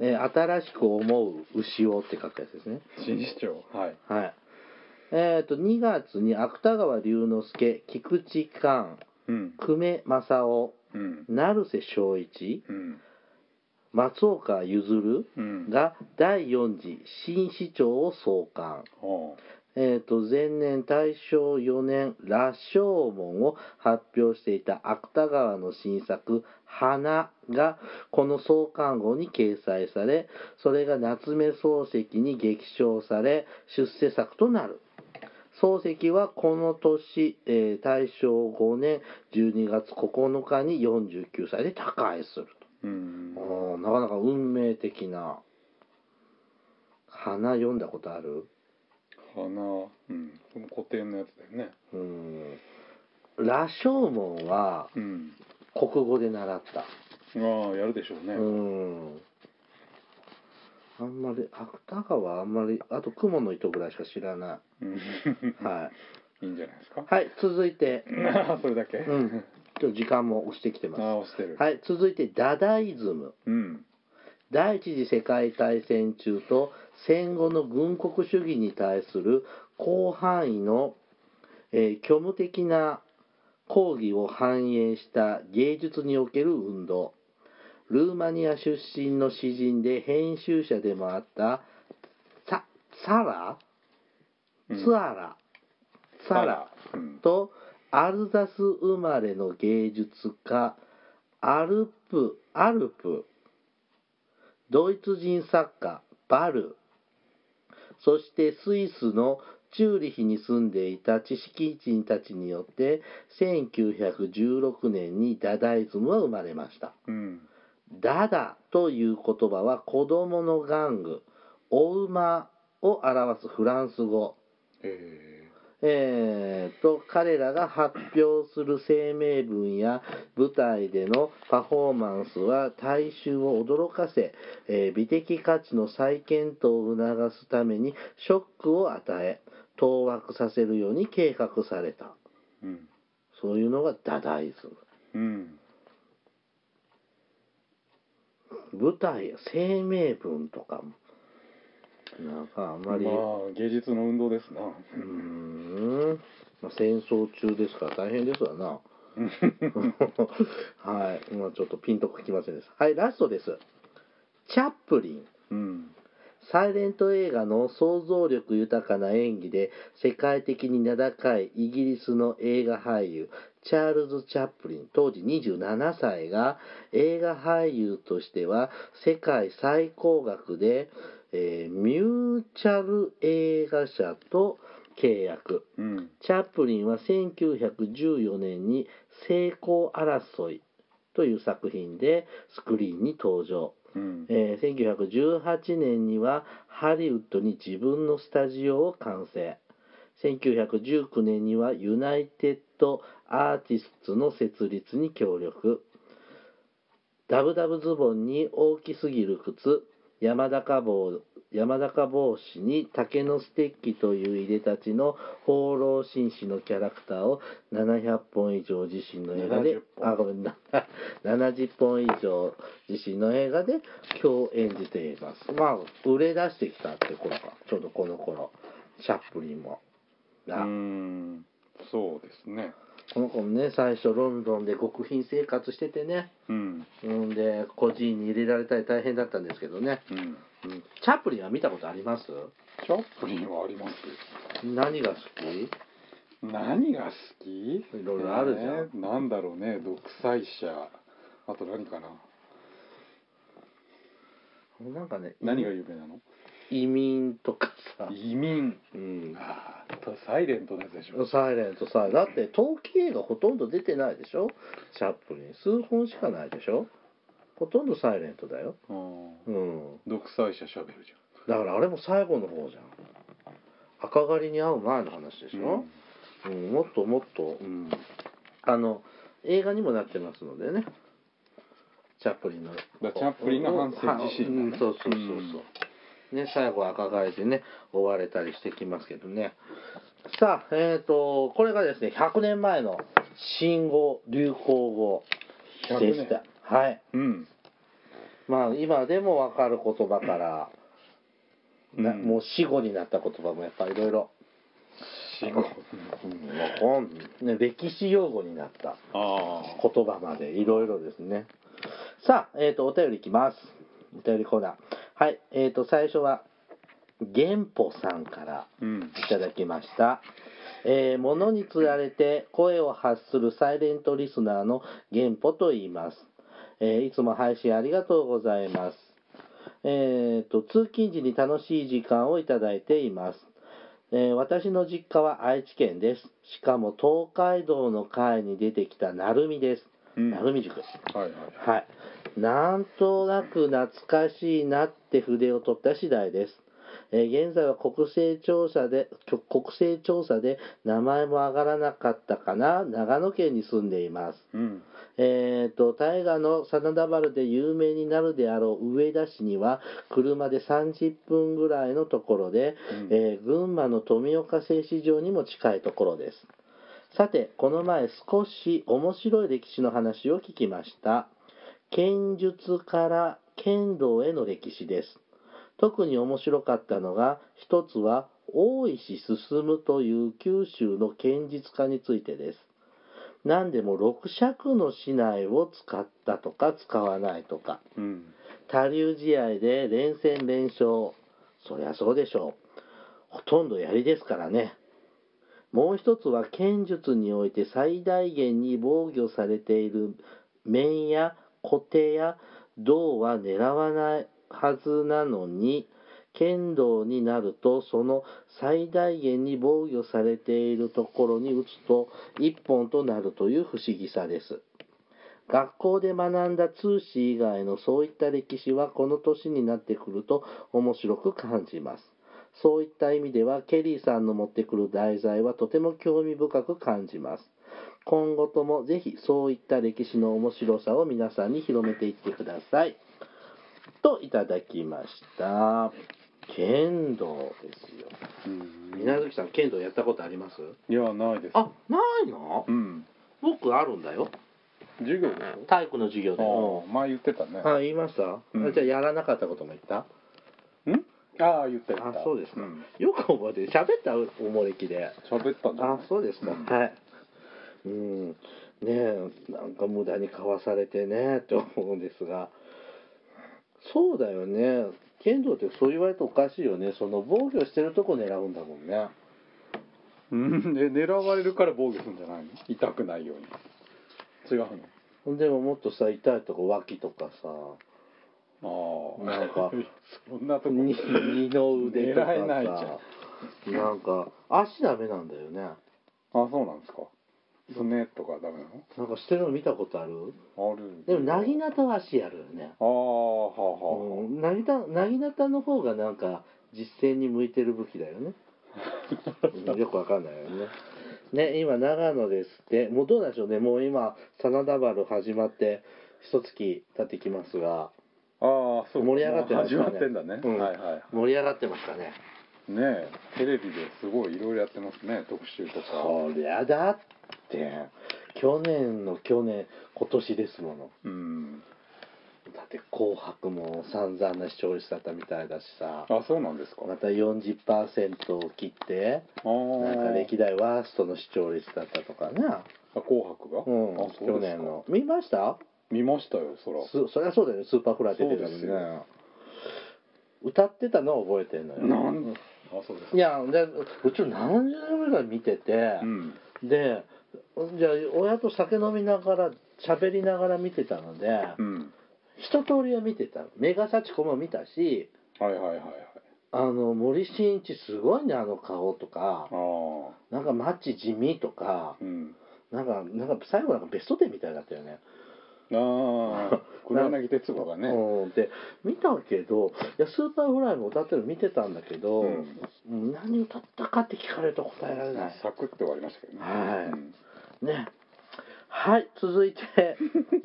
Speaker 1: えー新しく思う牛をって書くやつですね
Speaker 2: 新市長、はい。
Speaker 1: はい。えっ、と、2月に芥川龍之介、菊池寛、
Speaker 2: うん、
Speaker 1: 久米正夫、
Speaker 2: うん、
Speaker 1: 成瀬昭一、
Speaker 2: うん、
Speaker 1: 松岡譲
Speaker 2: うん。
Speaker 1: が第4次新市長を創刊。
Speaker 2: は
Speaker 1: えっ、と、前年大正4年、羅生門を発表していた芥川の新作、花がこの創刊号に掲載され、それが夏目漱石に激賞され、出世作となる。漱石はこの年、えー大正5年12月9日に49歳で他界する
Speaker 2: あ、うん
Speaker 1: と。。おーなかなか運命的な。花読んだことある
Speaker 2: 花、うん、その古典のやつだよね。
Speaker 1: うん羅生門は
Speaker 2: うん。
Speaker 1: 国語で習った。
Speaker 2: ああ、やるでしょうね。
Speaker 1: うん。あんまり、芥川はあんまり、あと雲の糸ぐらいしか知らな
Speaker 2: うん、
Speaker 1: い。はい
Speaker 2: <laughs> 。いんじゃないですか
Speaker 1: い。。はい、続いて、
Speaker 2: それだけ。
Speaker 1: うん。今日時間も押してきてます。
Speaker 2: 直してる。い。
Speaker 1: はい、続いて、ダダイズム。
Speaker 2: うん。
Speaker 1: 第一次世界大戦中と戦後の軍国主義に対する広範囲の、えー虚無的な抗議を反映した芸術における運動ルーマニア出身の詩人で編集者でもあったササラ
Speaker 2: うん
Speaker 1: ツアラ、サラ。
Speaker 2: うん。
Speaker 1: とアルザス生まれの芸術家アルプアルプドイツ人作家バルそしてスイスのチューリヒに住んでいた知識人たちによって1916年にダダイズムは生まれました。
Speaker 2: うん。
Speaker 1: ダダという言葉は子供の玩具、お馬を表すフランス語。
Speaker 2: え
Speaker 1: えーと彼らが発表する声明文や舞台でのパフォーマンスは大衆を驚かせ、えー美的価値の再検討を促すためにショックを与え当惑させるように計画された
Speaker 2: ー。うん。
Speaker 1: そういうのがダダイズ
Speaker 2: うん。
Speaker 1: ム舞台や声明文とかもなんかあんまり、
Speaker 2: まあ芸術の運動ですな
Speaker 1: うーん、まあ、戦争中ですから大変ですわな <laughs> はいまあちょっとピンときませんですはいラストですチャップリン
Speaker 2: うん
Speaker 1: サイレント映画の想像力豊かな演技で世界的に名高いイギリスの映画俳優チャールズ・チャップリン当時27歳が映画俳優としては世界最高額で、えーミューチャル映画社と契約
Speaker 2: うん
Speaker 1: チャップリンは1914年に「成功争い」という作品でスクリーンに登場
Speaker 2: うん
Speaker 1: えー1918年にはハリウッドに自分のスタジオを完成1919年にはユナイテッド・アーティスツの設立に協力ダブダブズボンに大きすぎる靴山高帽山高帽子に竹のステッキといういでたちの放浪紳士のキャラクターを700本以上自身の映画で
Speaker 2: 70本
Speaker 1: あごめんな <laughs> 70本以上自身の映画で今日演じていますまあ売れ出してきたって頃かちょうどこの頃シャップリンも
Speaker 2: う
Speaker 1: が、
Speaker 2: んそうですね
Speaker 1: この子もね最初ロンドンで極貧生活しててね
Speaker 2: うん
Speaker 1: うんで孤児院に入れられたり大変だったんですけどね、
Speaker 2: うん
Speaker 1: うん、チャップリンは見たことあります
Speaker 2: チャップリンはあります
Speaker 1: 何が好き
Speaker 2: 何が好きい
Speaker 1: ろいろあるじゃん
Speaker 2: なんだろうね独裁者あと何かな
Speaker 1: なんかね
Speaker 2: 何が有名なの
Speaker 1: 移民とかさ、
Speaker 2: 移民
Speaker 1: うん、
Speaker 2: ああとサイレントのやつでしょ
Speaker 1: サイレントさだって冬季映画ほとんど出てないでしょチャップリン数本しかないでしょほとんどサイレントだよ
Speaker 2: うん
Speaker 1: うん
Speaker 2: 独裁者しゃべるじ
Speaker 1: だからあれも最後の方じゃん赤狩りに会う前の話でし
Speaker 2: ゃん
Speaker 1: ょ、うんもっともっと、うん、あの映画にもなってますのでねチャップリンのチ
Speaker 2: だチャップリンの反省自身がね
Speaker 1: うん、そうそうそうそう、ね最後赤返しね追われたりしてきますけどねさあえっ、とこれがですね100年前の新語流行語でし
Speaker 2: 100年
Speaker 1: たはい
Speaker 2: うん
Speaker 1: まあ今でも分かる言葉から、な
Speaker 2: うん
Speaker 1: もう死語になった言葉もやっぱいろいろ
Speaker 2: 死後
Speaker 1: ね歴史用語になった
Speaker 2: ああ
Speaker 1: 言葉までいろいろですねさあ、えー、とお便りいきますお便りコーナーはいえー、と最初は源歩さんから
Speaker 2: うん
Speaker 1: いただきました、えー物につられて声を発するサイレントリスナーの源歩と言います、えーいつも配信ありがとうございますえー、と通勤時に楽しい時間をいただいています、えー私の実家は愛知県ですしかも東海道の会に出てきた鳴海です、
Speaker 2: うん
Speaker 1: 鳴海塾
Speaker 2: はいはい
Speaker 1: はい。なんとなく懐かしいなって筆を取った次第です。えー現在は国勢調査で、きょ国勢調査で名前も上がらなかったかな、長野県に住んでいます。
Speaker 2: うん
Speaker 1: えっ、と、大河の真田丸で有名になるであろう上田市には、車で30分ぐらいのところで、
Speaker 2: うん
Speaker 1: えー群馬の富岡製糸場にも近いところです。さて、この前少し面白い歴史の話を聞きました。剣術から剣道への歴史です。特に面白かったのが、一つは大石進という九州の剣術家についてです。何でも六尺の竹刀を使ったとか使わないとか。
Speaker 2: うん
Speaker 1: 他流試合で連戦連勝そりゃそうでしょうほとんど槍ですからねもう一つは剣術において最大限に防御されている面や小手や銅は狙わないはずなのに剣道になるとその最大限に防御されているところに打つと一本となるという不思議さです学校で学んだ通史以外のそういった歴史はこの年になってくると面白く感じます。そういった意味ではケリーさんの持ってくる題材はとても興味深く感じます。今後ともぜひそういった歴史の面白さを皆さんに広めていってください。といただきました。剣道ですよ。
Speaker 2: うん
Speaker 1: 皆月さん剣道やったことあります
Speaker 2: いやないです
Speaker 1: あ、ないの
Speaker 2: うん
Speaker 1: 僕あるんだよ。
Speaker 2: 授業でしょ
Speaker 1: 体育の授業で。
Speaker 2: ああ前言ってたね
Speaker 1: あ言いました、
Speaker 2: うん
Speaker 1: あじゃあやらなかったことも言った
Speaker 2: んああ言った言った
Speaker 1: あそうですか
Speaker 2: ん
Speaker 1: よく覚えてる喋ったおもれきで
Speaker 2: 喋ったんだ
Speaker 1: あそうですか、
Speaker 2: うん
Speaker 1: はいうんねえなんか無駄に買わされてねって思うんですがそうだよね剣道ってそう言われておかしいよねその防御してるとこ狙うんだもんね
Speaker 2: うんで狙われるから防御するんじゃないの痛くないように違う
Speaker 1: でももっとさ痛いとこ脇とかさ
Speaker 2: のああ
Speaker 1: なんか
Speaker 2: <laughs> そんなとこ
Speaker 1: 二二の腕とか
Speaker 2: 狙えないじゃ
Speaker 1: さなんか足ダメなんだよね
Speaker 2: あそうなんですかすねとかダメな
Speaker 1: なんかしてるの見たことある
Speaker 2: のある
Speaker 1: でもなぎなたは足やるよね
Speaker 2: ああはあはあ、
Speaker 1: うんなぎたなぎなたの方がなんか実戦に向いてる武器だよね
Speaker 2: <laughs>
Speaker 1: うんよくわかんないよねね今長野ですってもうどうなんでしょうねもう今真田丸始まって一月経ってきますが
Speaker 2: ああそう
Speaker 1: 盛り上がってます
Speaker 2: 始
Speaker 1: よね
Speaker 2: まってんだね、
Speaker 1: うん
Speaker 2: はいはい
Speaker 1: 盛り上がってましたね
Speaker 2: ねえテレビですごいいろいろやってますね特集とか
Speaker 1: そりゃだって去年の去年今年ですもの
Speaker 2: うん
Speaker 1: だって「紅白」も散々な視聴率だったみたいだしさ
Speaker 2: あそうなんですか
Speaker 1: また40%を切って
Speaker 2: あー
Speaker 1: なんか歴代ワーストの視聴率だったとかね、
Speaker 2: あ紅白が、
Speaker 1: うん、
Speaker 2: あそうですか
Speaker 1: 去年の見ました
Speaker 2: 見ましたよそら
Speaker 1: すそりゃそうだよねスーパーフライ出てたのに
Speaker 2: そうです
Speaker 1: ね歌ってたのは覚えてんのよ
Speaker 2: なんあそうですか
Speaker 1: いやでうち何十年ぐらい見てて、
Speaker 2: うん
Speaker 1: でじゃあ親と酒飲みながら喋りながら見てたので、
Speaker 2: うん
Speaker 1: 一通りは見てたのメガサチコも見たし
Speaker 2: はいはいはいはい
Speaker 1: あの森進一すごいねあの顔とか
Speaker 2: ああ
Speaker 1: なんかマッチ地味とか
Speaker 2: うん
Speaker 1: なんかなんか最後なんかベストテンみたいだったよね。 <laughs>
Speaker 2: ああ黒柳徹子がね
Speaker 1: うん、で見たけどいやスーパーフライも歌ってるの見てたんだけど、
Speaker 2: うん
Speaker 1: うん何歌ったかって聞かれると答えられない。
Speaker 2: サクッと終わりましたけどね
Speaker 1: はい
Speaker 2: うん
Speaker 1: ね。はい、続いて、
Speaker 2: <laughs>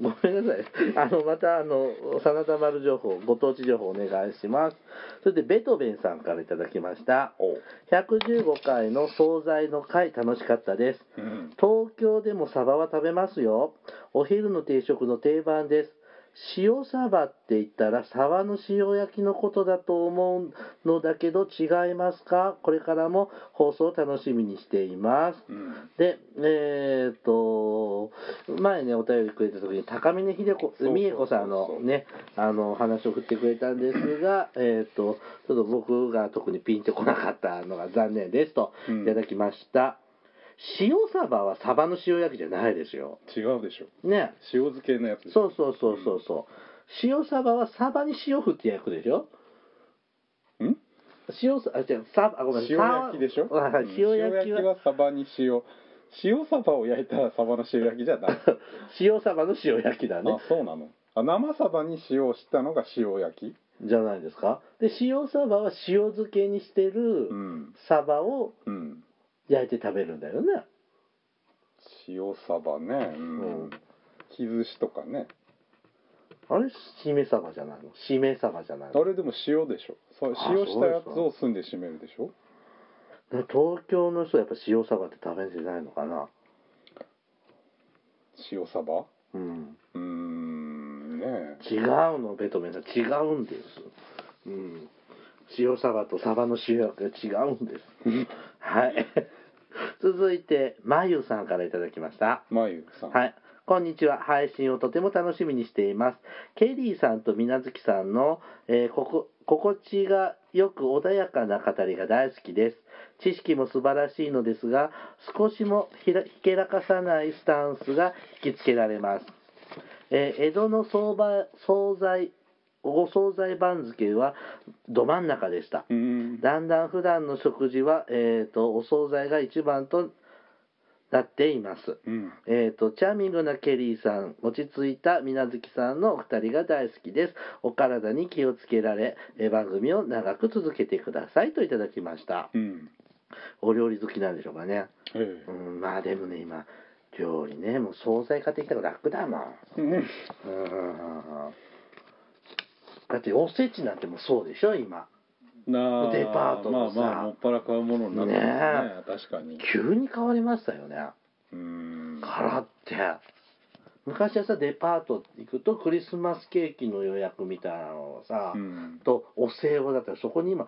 Speaker 1: ごめんなさい。あの、また、あの、真田丸情報、ご当地情報お願いします。そして、ベトベンさんからいただきました。
Speaker 2: おう
Speaker 1: 115回の惣菜の会、楽しかったです。
Speaker 2: うん
Speaker 1: 東京でもサバは食べますよ。お昼の定食の定番です。塩サバって言ったらサバの塩焼きのことだと思うのだけど違いますかこれからも放送を楽しみにしています。
Speaker 2: うん
Speaker 1: で、えーっと、前ね、お便りくれた時に、高峰秀子、
Speaker 2: そうそうそうそう
Speaker 1: 美恵子さんのね、あの、お話を振ってくれたんですが、えーっと、ちょっと僕が特にピンとこなかったのが残念ですと、
Speaker 2: うん
Speaker 1: いただきました。塩サバはサバの塩焼きじゃないですよ。
Speaker 2: 違うでしょ
Speaker 1: ね。
Speaker 2: 塩漬けのやつでしょ
Speaker 1: そうそうそうそうそう。塩サバはサバに塩振って焼くでしょ
Speaker 2: ん
Speaker 1: 塩サ、あ、違う、サバ、あ、ごめん
Speaker 2: 塩焼きでしょ、
Speaker 1: サバはい
Speaker 2: うん
Speaker 1: 塩焼きは、
Speaker 2: サバに塩塩サバを焼いたらサバの塩焼きじ
Speaker 1: <laughs>
Speaker 2: ゃない、
Speaker 1: 塩サバの塩焼きだね
Speaker 2: あ。そうなのあ生サバに塩をしたのが塩焼き
Speaker 1: じゃないですかで塩サバは塩漬けにしてる
Speaker 2: うん
Speaker 1: サバを
Speaker 2: うん
Speaker 1: 焼いて食べるんだよね、
Speaker 2: 塩サバねう
Speaker 1: うん
Speaker 2: ん木寿司とかね
Speaker 1: あれしめサバじゃないのしめサバじゃない
Speaker 2: あ
Speaker 1: の
Speaker 2: れでも塩でしょそう
Speaker 1: あ
Speaker 2: 塩したやつを澄んで締めるでしょ
Speaker 1: 東京の人はやっぱ塩サバって食べてないのかな
Speaker 2: 塩サバ
Speaker 1: うん
Speaker 2: うーんねえ
Speaker 1: 違うのベトベンさん違うんですうん塩サバとサバの塩焼きが違うんです
Speaker 2: <laughs>
Speaker 1: はい続いてまゆさんからいただきました
Speaker 2: まゆさん
Speaker 1: はい。こんにちは。配信をとても楽しみにしています。ケリーさんと水無月さんの、えーここ心地がよく穏やかな語りが大好きです。知識も素晴らしいのですが、少しもひらひけらかさないスタンスが引きつけられます。えー江戸の相場惣菜お惣菜番付はど真ん中でした。
Speaker 2: うーん
Speaker 1: だんだん普段の食事は、えー、とお惣菜が一番となっています。
Speaker 2: うん
Speaker 1: えー、とチャーミングなケリーさん落ち着いた水無月さんのお二人が大好きですお体に気をつけられえー番組を長く続けてくださいといただきました
Speaker 2: うん
Speaker 1: お料理好きなんでしょうかね
Speaker 2: え
Speaker 1: う
Speaker 2: え
Speaker 1: んまあでもね今料理ねもう惣菜買ってきたら楽だもん
Speaker 2: うん
Speaker 1: うんだっておせちなんてもうそうでしょ今
Speaker 2: なあ
Speaker 1: デパートのさ
Speaker 2: まあまあもっぱら買うものになってますね確かに
Speaker 1: 急に変わりましたよね
Speaker 2: うーん
Speaker 1: からって昔はさデパート行くとクリスマスケーキの予約みたいなのをさ、
Speaker 2: うん
Speaker 1: とお歳暮だったらそこに今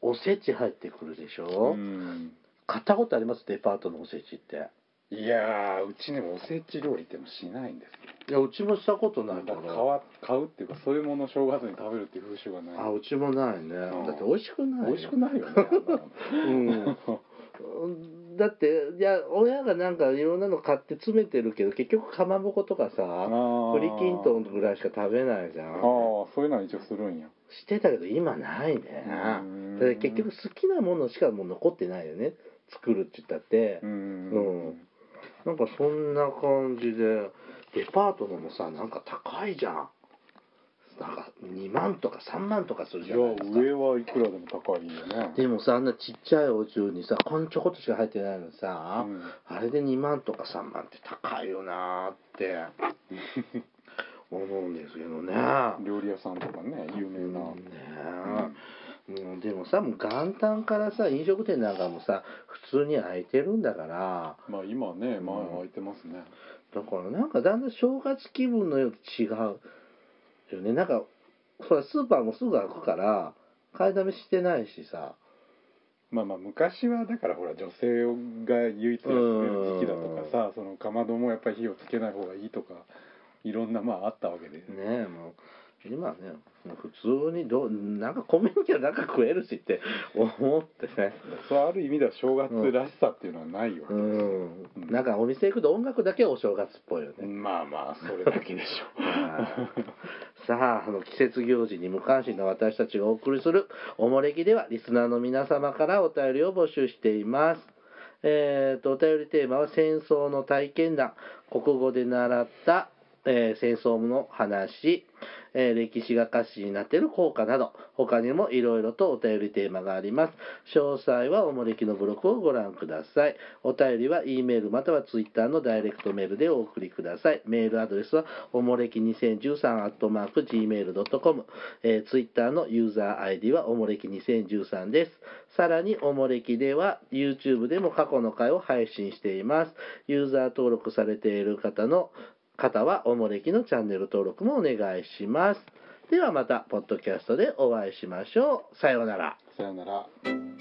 Speaker 1: おせち入ってくるでしょ、
Speaker 2: うん
Speaker 1: 買ったことありますデパートのおせちって
Speaker 2: いやーうちねおせち料理ってのしないんですよ
Speaker 1: いやうちもしたことないか
Speaker 2: だからら買わ買うっていうかそういうものを正月に食べるっていう風習がない
Speaker 1: あうちもないね、
Speaker 2: うん
Speaker 1: だって美味しくない
Speaker 2: 美味しくないよね
Speaker 1: い、うん、うんだっていや親がなんかいろんなの買って詰めてるけど結局かまぼことか
Speaker 2: あ
Speaker 1: さ
Speaker 2: の
Speaker 1: 栗きんとんぐらいしか食べないじゃ
Speaker 2: あーあ
Speaker 1: ん
Speaker 2: ーそういうのは一応するんや
Speaker 1: してたけど今ないね
Speaker 2: うん
Speaker 1: だから結局好きなものしかもう残ってないよね作るって言ったって
Speaker 2: う、ん
Speaker 1: うんなんかそんな感じでデパートのもさなんか高いじゃんなんか2万とか3万とかする
Speaker 2: い
Speaker 1: じ
Speaker 2: や
Speaker 1: ゃないですか
Speaker 2: 上はいくらでも高いよね
Speaker 1: でもさあんなちっちゃいお重にさこんちょこっとしか入ってないのにさ、
Speaker 2: うん
Speaker 1: あれで2万とか3万って高いよなーって思うんですけどね
Speaker 2: 料理屋さんとかね有名な
Speaker 1: ねえ、うんでもさもう元旦からさ飲食店なんかもさ普通に空いてるんだから
Speaker 2: まあ今ね前空いてますね
Speaker 1: だからなんかだんだん正月気分のようと違うよねなんかそれスーパーもすぐ開くから買いだめしてないしさ
Speaker 2: まあまあ昔はだからほら女性が唯一休める時期だとかさそのかまどもやっぱり火をつけない方がいいとかいろんなまああったわけで、
Speaker 1: ねえもう今はねもう普通にどうなんか米にはなんか食えるしって <laughs> 思ってね
Speaker 2: <laughs> そうある意味では正月らしさっていうのはないよ、
Speaker 1: うんなんかお店行くと音楽だけはお正月っぽいよね、
Speaker 2: まあまあそれだけでしょ <laughs>
Speaker 1: さあ、あの季節行事に無関心な私たちがお送りするおもれきでは、リスナーの皆様からお便りを募集しています。えーと、お便りテーマは戦争の体験談、国語で習った、えー戦争の話、えー歴史が歌詞になっている効果など、他にもいろいろとお便りテーマがあります。詳細はおもれきのブログをご覧ください。お便りは E メールまたは Twitter のダイレクトメールでお送りください。メールアドレスはおもれき2013 gmail.com、えー、Twitter のユーザー ID はおもれき2013です。さらにおもれきでは YouTube でも過去の回を配信しています。ユーザー登録されている方の方はおもれきのチャンネル登録もお願いします。ではまた、ポッドキャストでお会いしましょう。さようなら。
Speaker 2: さよなら